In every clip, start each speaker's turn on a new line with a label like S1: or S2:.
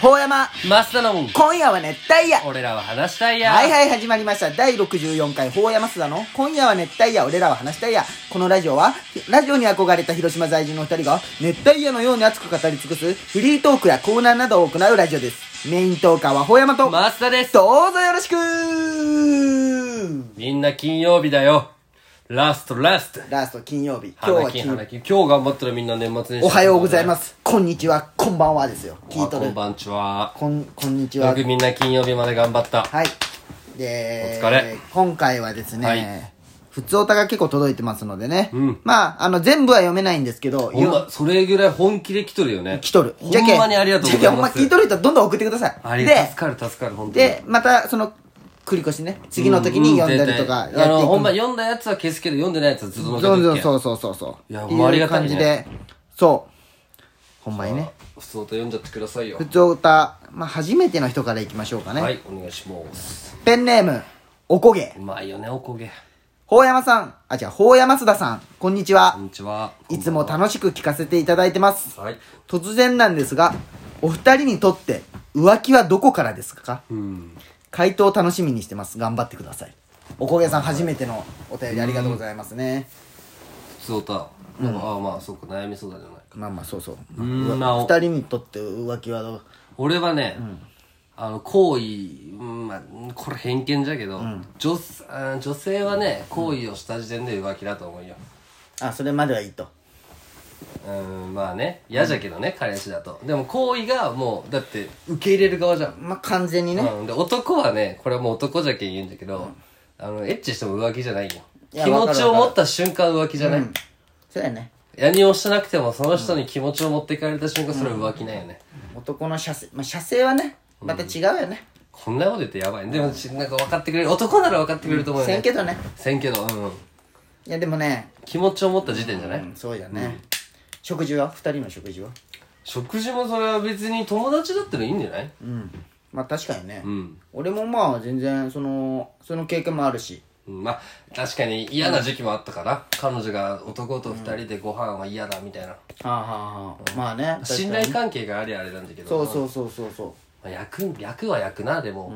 S1: ほうやま、
S2: マスターの
S1: 今夜は熱帯夜。
S2: 俺らは話したいや
S1: はいはい、始まりました。第64回、ほうやますだの、今夜は熱帯夜、俺らは話したいや。このラジオは、ラジオに憧れた広島在住の二人が、熱帯夜のように熱く語り尽くす、フリートークやコーナーなどを行うラジオです。メイントーカーはほうやまと、
S2: マスターです
S1: どうぞよろしく
S2: みんな金曜日だよラストラスト
S1: ラスト金曜日、今日
S2: 花
S1: は
S2: 金
S1: 金曜
S2: 花
S1: 日。
S2: 金今日頑張ったらみんな年末年始
S1: おはようございますす。こんにちは、こんばんはですよ。聞いと
S2: こ
S1: る
S2: ん。ばんちは
S1: こん、こんにち
S2: よ
S1: は。
S2: くみんな金曜日まで頑張った
S1: はい。で、
S2: お疲れ
S1: 今回はですね、
S2: はい
S1: 普通歌が結構届いてますのでね。
S2: うん
S1: まあ、あの、全部は読めないんですけど、
S2: ほん
S1: よ
S2: まそれぐらい本気で来とるよね
S1: 来とる。
S2: ほんまにありがとうご
S1: じゃ
S2: ざ
S1: け
S2: い
S1: ほん
S2: ま
S1: ます聞いとる人はどんどん送ってくださ
S2: あ
S1: い。
S2: り
S1: で、
S2: 助かる助かる本当に
S1: で、また、その、繰り越しね、次の時に読んだりとかやっ
S2: う
S1: てい
S2: うん絶
S1: く。
S2: 対あのほんま読んだやつは消すけど読んでないやつはずっ
S1: そ
S2: と残
S1: う
S2: っと
S1: そう
S2: け
S1: そうそうそうそう。
S2: いやもうありがたいね
S1: ってう感じで、そう。ほんまにね。
S2: 普通と読んじゃってくださいよ
S1: 普通歌、まあ、初めての人からいきましょうかね。
S2: はいお願いします
S1: ペンネーム、おこげ
S2: う。まいよねおこげ
S1: ほうやまさん、あ、違う、ほうやますださん、こんにちは
S2: こん。にちはい
S1: つも楽しく聞かせていただいてます。
S2: はい
S1: 突然なんですが、お二人にとって浮気はどこからですか
S2: うん
S1: 回答を楽しみにしてます。頑張ってください。おこげさん、初めてのお便りありがとうございますね。
S2: 普通歌なんかああまあそうか悩みそうだじゃないか
S1: まあまあ、そうそう。
S2: う
S1: ま
S2: ーん
S1: あ
S2: な
S1: う
S2: お
S1: わ二人にとって浮気はどう
S2: 俺はねあの行為うんまあこれ偏見じゃけど女あ女性はね行為をした時点で浮気だと思うよ
S1: あ、それまではいいと。
S2: うんまあね嫌じゃけどね彼氏だとでも行為がもうだって受け入れる側じゃん
S1: まあ、完全にね。
S2: うん、で男はねこれはもう男じゃけん言うんだけど、あのエッチしても浮気じゃないよ
S1: いや
S2: 気持
S1: わ
S2: ちを
S1: かるわかる
S2: 持った瞬間浮気じゃない、
S1: そうやね。
S2: 何をしてなくてもその人に気持ちを持ってかれた瞬間それは浮気なんよね、
S1: 男の射精、まあ、射精はね、また違うよね。
S2: こんなこと言ってやばいでもちなんか分かってくれる男なら分かってくれると思うよね、
S1: せんけどね。
S2: せんけどうんうん
S1: いや、でもね、
S2: 気持ちを持った時点じゃない、
S1: うんそうやね。食事は二人の食事は
S2: 食事もそれは別に友達だったらいいんじゃない
S1: うんまあ確かにね、
S2: うん、
S1: 俺もまあ全然そのその経験もあるし
S2: うんまあ確かに嫌な時期もあったから、彼女が男と二人でご飯は嫌だみたいな、
S1: はあはあはあまあね
S2: 信
S1: 確か
S2: 頼関係がありゃあれなんだけど
S1: にそうそうそうそうそう
S2: まあ、役役は役なでも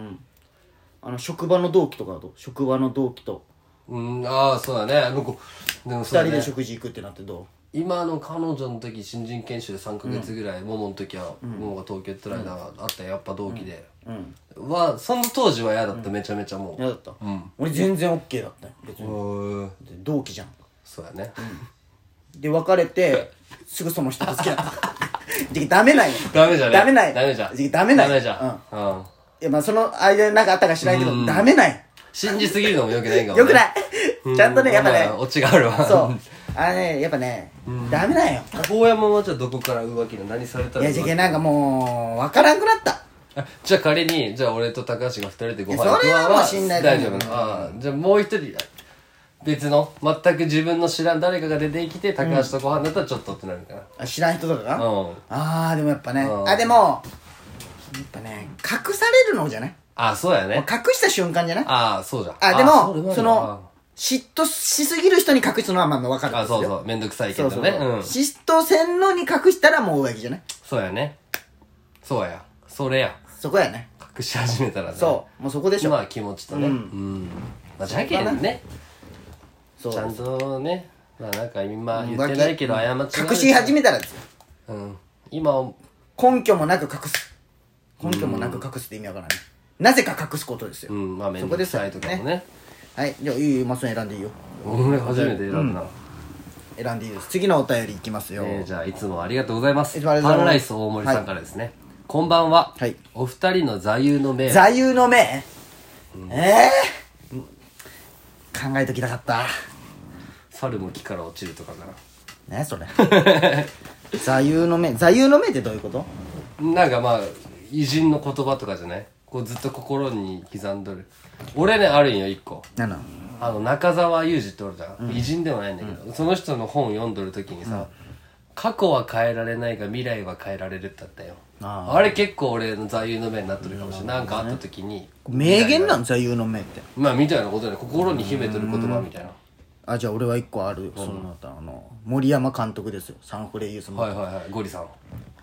S1: あの職場の同期とかだと職場の同期と
S2: うん、ああそうだねあの子でもそ
S1: 二人
S2: うだね
S1: で食事行くってなってど
S2: 今の彼女の時新人研修で3か月ぐらい、ももの時は、ももが東京行ってる間はあったよやっぱ同期で、
S1: ううん
S2: はその当時は嫌だった、めちゃめちゃもう
S1: 嫌だった、俺全然 OK だったよ別に
S2: うーん
S1: で同期じゃん
S2: そうやね、
S1: で別れ てすぐその人と好きだったじゃダメないよ
S2: ダメじゃね
S1: ダメない
S2: ダメじゃ
S1: じゃダメない
S2: ダメじゃうん、
S1: いやまあその間になんかあったか知らんけどダメない
S2: 信じすぎるのもよくないかも、ね、
S1: よくないちゃんとねやっぱ
S2: まあ
S1: ね
S2: オチがあるわ
S1: そうあれねやっぱねダメなんよ
S2: 大山はじゃあどこから浮気の何された
S1: い
S2: ら
S1: や
S2: 浮
S1: じ
S2: 気
S1: ゃけなんかもう分からんくなった
S2: あじゃあ仮にじゃあ俺と高橋が二人でご飯
S1: いやそれは
S2: 行くわ
S1: もう信頼
S2: 大
S1: 関
S2: 丈
S1: 係
S2: 夫なのああじゃあもう一人別の全く自分の知らん誰かが出てきて高橋とご飯だったらちょっとってなるかな
S1: あ知らん人とかが
S2: うん
S1: あーでもやっぱね
S2: うん
S1: あでもやっぱね隠されるのじゃない
S2: ああそうやね
S1: 隠した瞬間じゃない
S2: ああそうじゃん
S1: あで
S2: れは
S1: も
S2: な
S1: その嫉妬しすぎる人に隠すのはまあ分かるん
S2: ああ
S1: ですよ
S2: そうそうめんどくさいけ
S1: そう
S2: ど
S1: そう
S2: ねうん
S1: 嫉妬せんのに隠したらもう浮気じゃない
S2: そうやねそうやそれや
S1: そこやね
S2: 隠し始めたらね
S1: そうもうそこでしょ
S2: まあ気持ちとねう
S1: うん
S2: んまあじゃけんね
S1: そう
S2: ちゃんとねまあなんか今
S1: うん
S2: 言ってないけど
S1: 浮気
S2: 過ち
S1: 隠し始
S2: め
S1: めたらですよ
S2: うん今
S1: 根拠もなく隠す根拠もなく隠すって意味わからないなぜか隠すことですよ
S2: うんまあ面
S1: そ
S2: 倒
S1: こ
S2: く
S1: ですよ
S2: さいとかもね
S1: はいじゃあいいよマスン選んでいいよ
S2: 俺初めて選んだな、
S1: 選んでいいです次のお便りいきますよ、
S2: えーじゃあいつもありがとうございます
S1: いつもあ
S2: パ
S1: りがとう
S2: ン
S1: ご
S2: ラ
S1: ざい
S2: イ
S1: ます
S2: ス大森さんからですね、こんばんは、
S1: はい
S2: お二人の座右の銘
S1: 座右の銘、ええー、考えときたかった
S2: 猿も木から落ちるとかか
S1: ね それ座右の銘座右の銘ってどういうこと
S2: ななんかまあ偉人の言葉とかじゃないこうずっと心に刻んどる俺ねあるんよ一個
S1: なの
S2: あの中澤裕二っておるじゃん、偉人ではないんだけど、その人の本読んどる時にさ、過去は変えられないが未来は変えられるってあったよ
S1: あ
S2: あれ結構俺の座右の銘になっとるかもしれない、なんかあった時に
S1: 名言なの座右の銘って
S2: まあみたいなことで心に秘めてる言葉みたいな
S1: あじゃあ俺は一個あるよそのあの森山監督ですよサンフレイユースも、
S2: はいはいはいゴリさん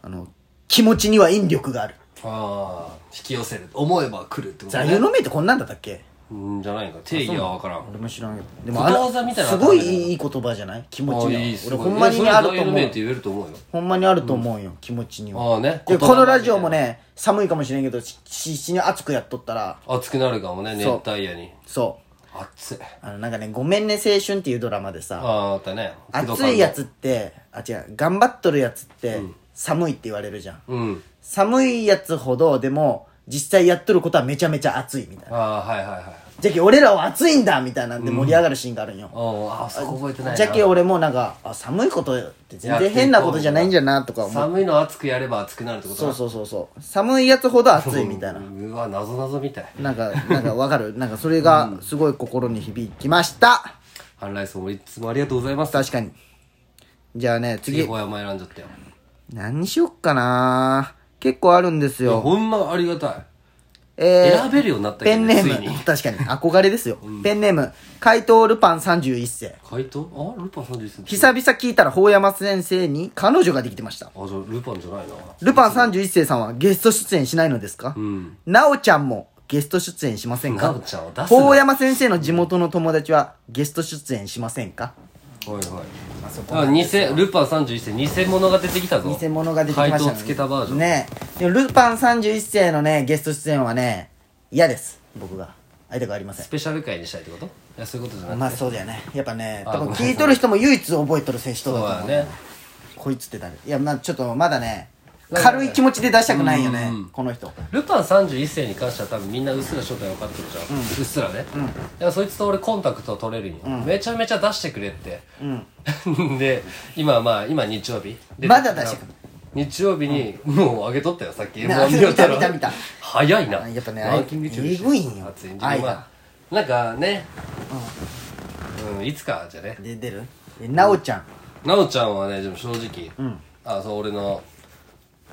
S1: あの気持ちには引力がある
S2: ああ引き寄せる思えば来るってこと
S1: 座
S2: ね
S1: 右の銘ってこんなんだったっけ
S2: うんじゃないの定義は分からん
S1: 俺も知らんけどで
S2: ことわざみたいな
S1: すごいいい言葉じゃない気持ち
S2: ああいい
S1: に
S2: す
S1: は
S2: ご
S1: 俺
S2: い
S1: ほんまにある
S2: い
S1: と
S2: やそれ座右の銘
S1: 思
S2: っ
S1: う
S2: て言えると思うよ
S1: ほんまにあると思うよ、気持ちには
S2: ああね
S1: で
S2: 言葉
S1: このラジオもね寒いかもしれんけどししに熱くやっとったら
S2: 熱くなるかもね熱
S1: そう
S2: 帯夜に
S1: そう
S2: 熱い
S1: あのなんかね「ごめんね青春」っていうドラマでさ
S2: あああったね
S1: 暑いやつってあ違う頑張っとるやつって寒いって言われるじゃん、
S2: うん
S1: 寒いやつほどでも実際やっとることはめちゃめちゃ暑いみたいな
S2: ああはいはいはい
S1: じゃけ俺らは暑いんだみたいなんで盛り上がるシーンがあるんよ、
S2: おうああそこ覚えてないな
S1: じゃけ俺もなんかあ寒いことって全然変なことじゃないんじゃなとか思う
S2: 寒いの熱くやれば熱くなるってこと
S1: そう
S2: う
S1: そうそうそう寒いやつほど暑いみたいな
S2: うわ謎謎みたい
S1: なんかなんかわかるなんかそれがすごい心に響きました
S2: ハンライスもいつもありがとうございます
S1: 確かにじゃあね
S2: 次
S1: 次
S2: ほやま選んじゃったよ
S1: 何にしよっかな結構あるんですよ
S2: ほんまありがたい
S1: えー
S2: 選べるようになったけ
S1: ペ
S2: ど
S1: ン
S2: ね
S1: ネー
S2: ついに
S1: ム、確かに、憧れ ですよ。ペンネーム、怪盗ルパン31世。
S2: 回答あルパン31世
S1: 久々聞いたら、法山先生に彼女ができてました。
S2: あじゃあルパンじゃないな
S1: ルパン31世さんはゲスト出演しないのですか
S2: ん
S1: なおちゃんもゲスト出演しませんか
S2: なおちゃんを出すな
S1: 法山先生の地元の友達はゲスト出演しませんか
S2: はいはいあ偽ルパン31世偽物が出てきたぞ
S1: 偽物が出てきましたね。
S2: 回答つけたバージョン
S1: ねえでもルパン31世のね、ゲスト出演はね、嫌です。僕が。相手がありません
S2: ス。ペシャル回にしたいってこといやそういうことじゃなくて
S1: まあそうだよねやっぱね
S2: あ
S1: 多分
S2: ごめん
S1: 聞いとる人も唯一覚えとる選手とだ
S2: そう
S1: と
S2: だ
S1: 思う
S2: ね
S1: こいつって誰いやまあちょっとまだね軽い気持ちで出したくないよねこの人
S2: ルパン31世に関しては多分みんなうっすら正体分かってるじゃん、うっすらね、いやそいつと俺コンタクト取れるんよ、めちゃめちゃ出してくれって、 で今まあ今日曜日で
S1: まだ出してくる
S2: 日曜日に、もう上げとったよさっき
S1: な
S2: M1 よ
S1: 見た見た見た
S2: 早いな
S1: やっぱね
S2: ランキング中
S1: えぐいんよ
S2: 熱
S1: 愛
S2: ま
S1: が
S2: あなんかねうん、いつかじゃね
S1: で出るでなおちゃん
S2: なおちゃんはねでも正直、あそう俺の、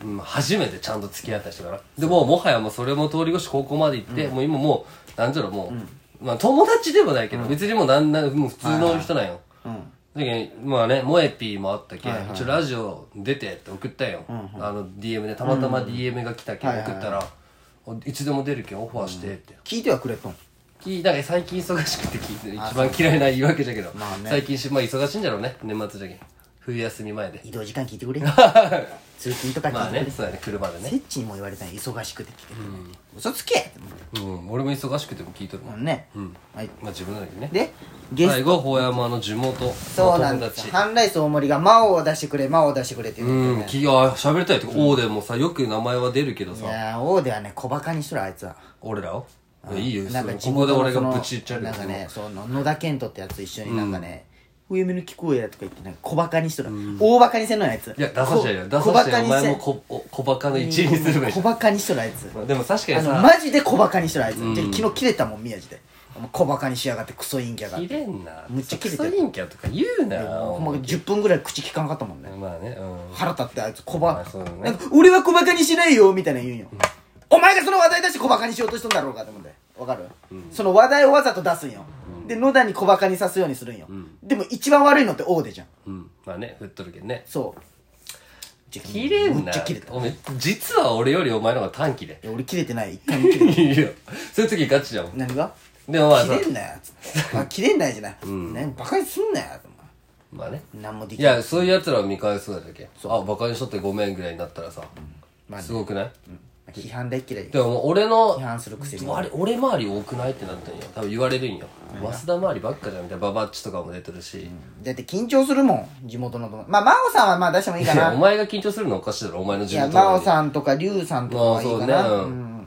S2: うん、初めてちゃんと付き合った人からでもうもはやもうそれも通り越し高校まで行って、もう今もうなんじゃろもう、まあ、友達でもないけど、別にもうなんなんもう普通の人なんよ、だけどまあねモエピーもあったけ、ちょラジオ出てって送ったよ、あの DM でたまたま DM が来たけ、
S1: はいはいは
S2: 送
S1: い
S2: ったら、おいつでも出るけオファーしてって、
S1: 聞いてはくれとん
S2: きなんか最近忙しくて聞いてる一番嫌いな言い訳じゃけど、
S1: まあね
S2: 最近し、まあ、忙しいんじゃろうね年末じゃけん冬休み前で
S1: 移動時間聞いて くれ通勤とか
S2: まあ
S1: 聞いて
S2: ね
S1: く
S2: そうだね車で
S1: れ
S2: ね
S1: せっちにも言われたんよ忙しくて聞いてくれ嘘つけって思って
S2: うん俺も忙しくても聞いとるも
S1: も
S2: ん、
S1: んね
S2: うん
S1: はい
S2: まあ自分なんだけどね
S1: でゲス
S2: 最後法山の地元の
S1: そうなん
S2: 友
S1: です
S2: 達
S1: ハンライス大盛りが「魔王を出してくれ魔王を出してくれ」って言
S2: う
S1: うん
S2: きあ喋りたいって王でもさよく名前は出るけど
S1: い
S2: さ
S1: やー王ではね小バカにしとるあいつは
S2: 俺らをいやいいよ
S1: なんか
S2: そのここで俺が
S1: 地元のその
S2: ぶち言っちゃうけど
S1: なんかねその野田健人ってやつ一緒になんかね、上目の聞こうやとか言ってなんか小バカにしとる、大バカにせんのやつ
S2: いや出させちゃうよ出
S1: 小
S2: さ
S1: バ
S2: せちゃ
S1: カ
S2: うよ
S1: に
S2: お前
S1: せ
S2: も
S1: ん
S2: こお小バカの一員にすればいいじ
S1: 小
S2: ゃん
S1: バカにしとるあいつ
S2: まあでも確か
S1: あ
S2: に
S1: の
S2: さ
S1: マジで小バカにしとるあいつ、で昨日切れたもん宮地でお前小バカにしやがってクソ陰キャが
S2: 切れんな
S1: むっちゃ切れて
S2: ク
S1: る
S2: ソ陰キャとか言うな
S1: ほ
S2: よ
S1: んま10分ぐらい口聞かんかったもんね、
S2: まあねうん
S1: 腹立ってあいつ小バ
S2: あそうだね
S1: なんか俺は小バカにしないよみたいな言うんよ、お前がその話題出して小バカにしようとしとんだろうかって思うんだよわかる、その話題をわざと出すんよ、で野田に小バカにさすようにするんよ、でも一番悪いのって大手じゃん
S2: うんまあね振っとるけんね
S1: そうじゃ
S2: 切れんな
S1: むっちゃ切れたい
S2: おめ実は俺よりお前の方が短期で
S1: や俺切れてない一回も切 れてない
S2: いやそういう時ガチじゃん
S1: 何が
S2: で もまあ
S1: 切
S2: さ
S1: れんなよつっ てあ切れんないじゃない、ね、バカにすんなよ
S2: まあね
S1: 何もで
S2: い
S1: きない
S2: やそういうやつらを見返すだけあバカにしとってごめんぐらいになったらさ
S1: まあね
S2: すごくない
S1: 批判大嫌い
S2: でももう俺の
S1: 批判するくせに
S2: あれ俺周り多くないってなったんよ多分言われるんよ増田周りばっかじゃんみたいなババッチとかも出てるし
S1: だって緊張するもん地元の友達まあ真央さんはまあ出してもいいか
S2: いや
S1: な
S2: お前が緊張するのおかしいだろお前の
S1: い
S2: 地
S1: や、
S2: 元
S1: 真
S2: なの
S1: 央
S2: に
S1: さんとか龍さんとか
S2: ああ
S1: はい
S2: そ
S1: いうか
S2: ね
S1: な。
S2: う
S1: うん
S2: んいいね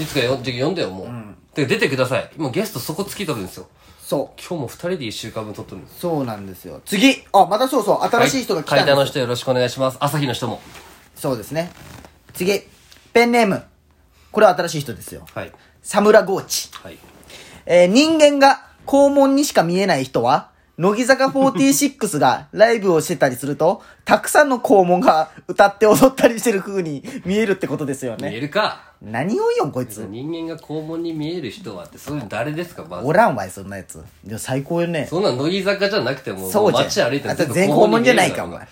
S2: いつかよ読んでよもうてか出てください今ゲストそこつきとるんですよ
S1: そう。
S2: 今日も二人で1週間分撮ってるんです
S1: そうなんですよ。次あ、またそうそう、新しい人が来たん
S2: 階
S1: です
S2: 段の人よろしくお願いします朝日の人も
S1: そうですね。次、ペンネーム。これは新しい人ですよ。
S2: はい
S1: サムラゴーチ。
S2: はい
S1: えー人間が肛門にしか見えない人は、乃木坂46がライブをしてたりすると、たくさんの肛門が歌って踊ったりしてる風に見えるってことですよ
S2: 見え
S1: ね。
S2: るか
S1: 何を言うんこいつ。
S2: 人間が肛門に見える人はってそういうの誰ですかまず
S1: おらんわい、そんなやつ。でも最高よね。
S2: そんな乃木坂じゃなくても
S1: そうじゃん。
S2: 街歩いて
S1: あと全校門じゃないか、お前。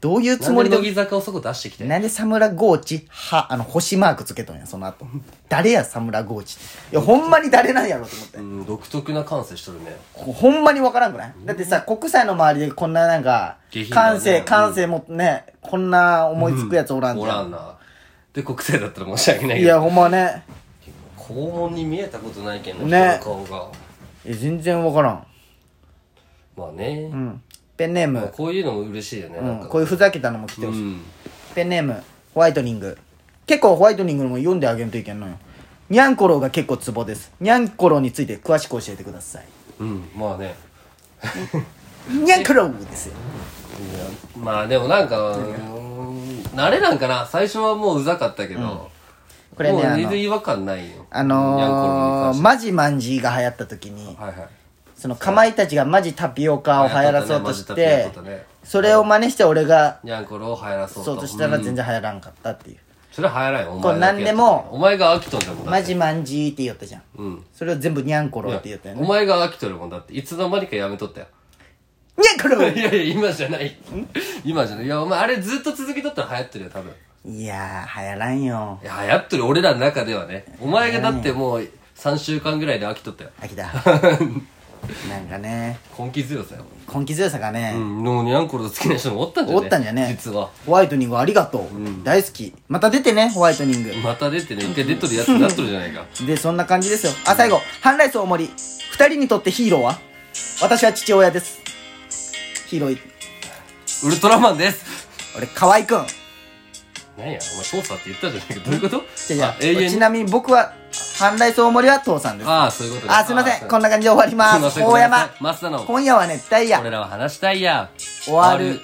S1: どういう
S2: な
S1: つ
S2: ん
S1: も
S2: で
S1: りで
S2: 乃木坂をそこ出してきて
S1: なんでサムラゴーチは、あの、星マークつけとんや、その後。誰や、サムラゴーチって。いや、ほんまに誰なんやろと思って
S2: う。ん独特な感性しとるね
S1: ほほんまにわからんくないだってさ、国際の周りでこんななんか
S2: 下、品だね
S1: 感性、感性もね、こんな思いつくやつおらんじ
S2: お
S1: ゃ
S2: ら
S1: ん。
S2: んなで国政だったら申し訳ない
S1: い
S2: けど
S1: や、ほんまね。
S2: 肛門に見えたことないけんね
S1: ね
S2: 人の顔が
S1: いや全然わからん。
S2: まあね、
S1: うん。ペンネー
S2: まあ
S1: ム、
S2: こういうのも嬉しいよね、
S1: う
S2: なんん、か
S1: こういうふざけたのも来てほしい。
S2: ん
S1: ペンネーム、ホワイトニング。結構ホワイトニングも読んであげんといけんのよ。にゃんころが結構ツボです。にゃんころについて詳しく教えてください。
S2: うんまあね
S1: にゃんころですよ。
S2: いやまあでもなんか、うーん慣れなんかな最初はもううざかったけど、
S1: これね、
S2: もう
S1: あ
S2: 全
S1: の
S2: 然、違和感ないよ
S1: あ
S2: ニャンコロ
S1: のー、
S2: に関して
S1: マジマンジーが流行った時に、
S2: はいはい
S1: そのかまいたちがマジタピオカを流行らそうとし
S2: 流
S1: て
S2: 行っ、たねマジタピオカとね
S1: それを真似して俺が
S2: ニャンコロを流行らそう
S1: そ
S2: と
S1: うとしたら全
S2: ん
S1: 然流行らんかったっていう。
S2: それは流行らんよお前
S1: これ
S2: だけやった
S1: 何でも
S2: お前が飽きとんだもんだ
S1: マ
S2: って
S1: ジマンジーって言ったじゃん。
S2: うん
S1: それを全部にゃんころって言ったよ
S2: お
S1: ね。
S2: 前が飽きとるもんだっていつの間にかやめとったよ
S1: にゃんころ
S2: いやいや今じゃない今じゃないいやお前あれずっと続けとったら流行ってるよ多分
S1: いやー、流行らんよ。
S2: いや流行ってる俺らの中ではねお前がだってもう3週間ぐらいで飽きとったよ
S1: 飽 きた。なんかね、
S2: 根気強さよ
S1: 根気強さがね
S2: う、んもうニャンコロ好きな人もおったんじゃ
S1: お
S2: ね
S1: ったんじゃね
S2: 実は
S1: ホワイトニングありがとう、大好きまた出てねホワイトニング
S2: また出てね一回出とるやつになっとるじゃないか
S1: でそんな感じですよあ最後ハンライス大盛り二人にとってヒーローは私は父親ですヒーローい
S2: ウルトラマンです
S1: 俺河合くん
S2: 何やお前父さんって言ったじゃないかどういうこと
S1: じゃじゃ
S2: あ永遠
S1: ち
S2: に
S1: なみに僕はハンライス大盛りは父さんですあ
S2: ああそういうことね
S1: すいませんこん
S2: な
S1: な感じで終わります
S2: すいません
S1: 大山
S2: ごめんなさい増田の
S1: 今夜は熱帯夜
S2: 俺らは話したいや
S1: 終わる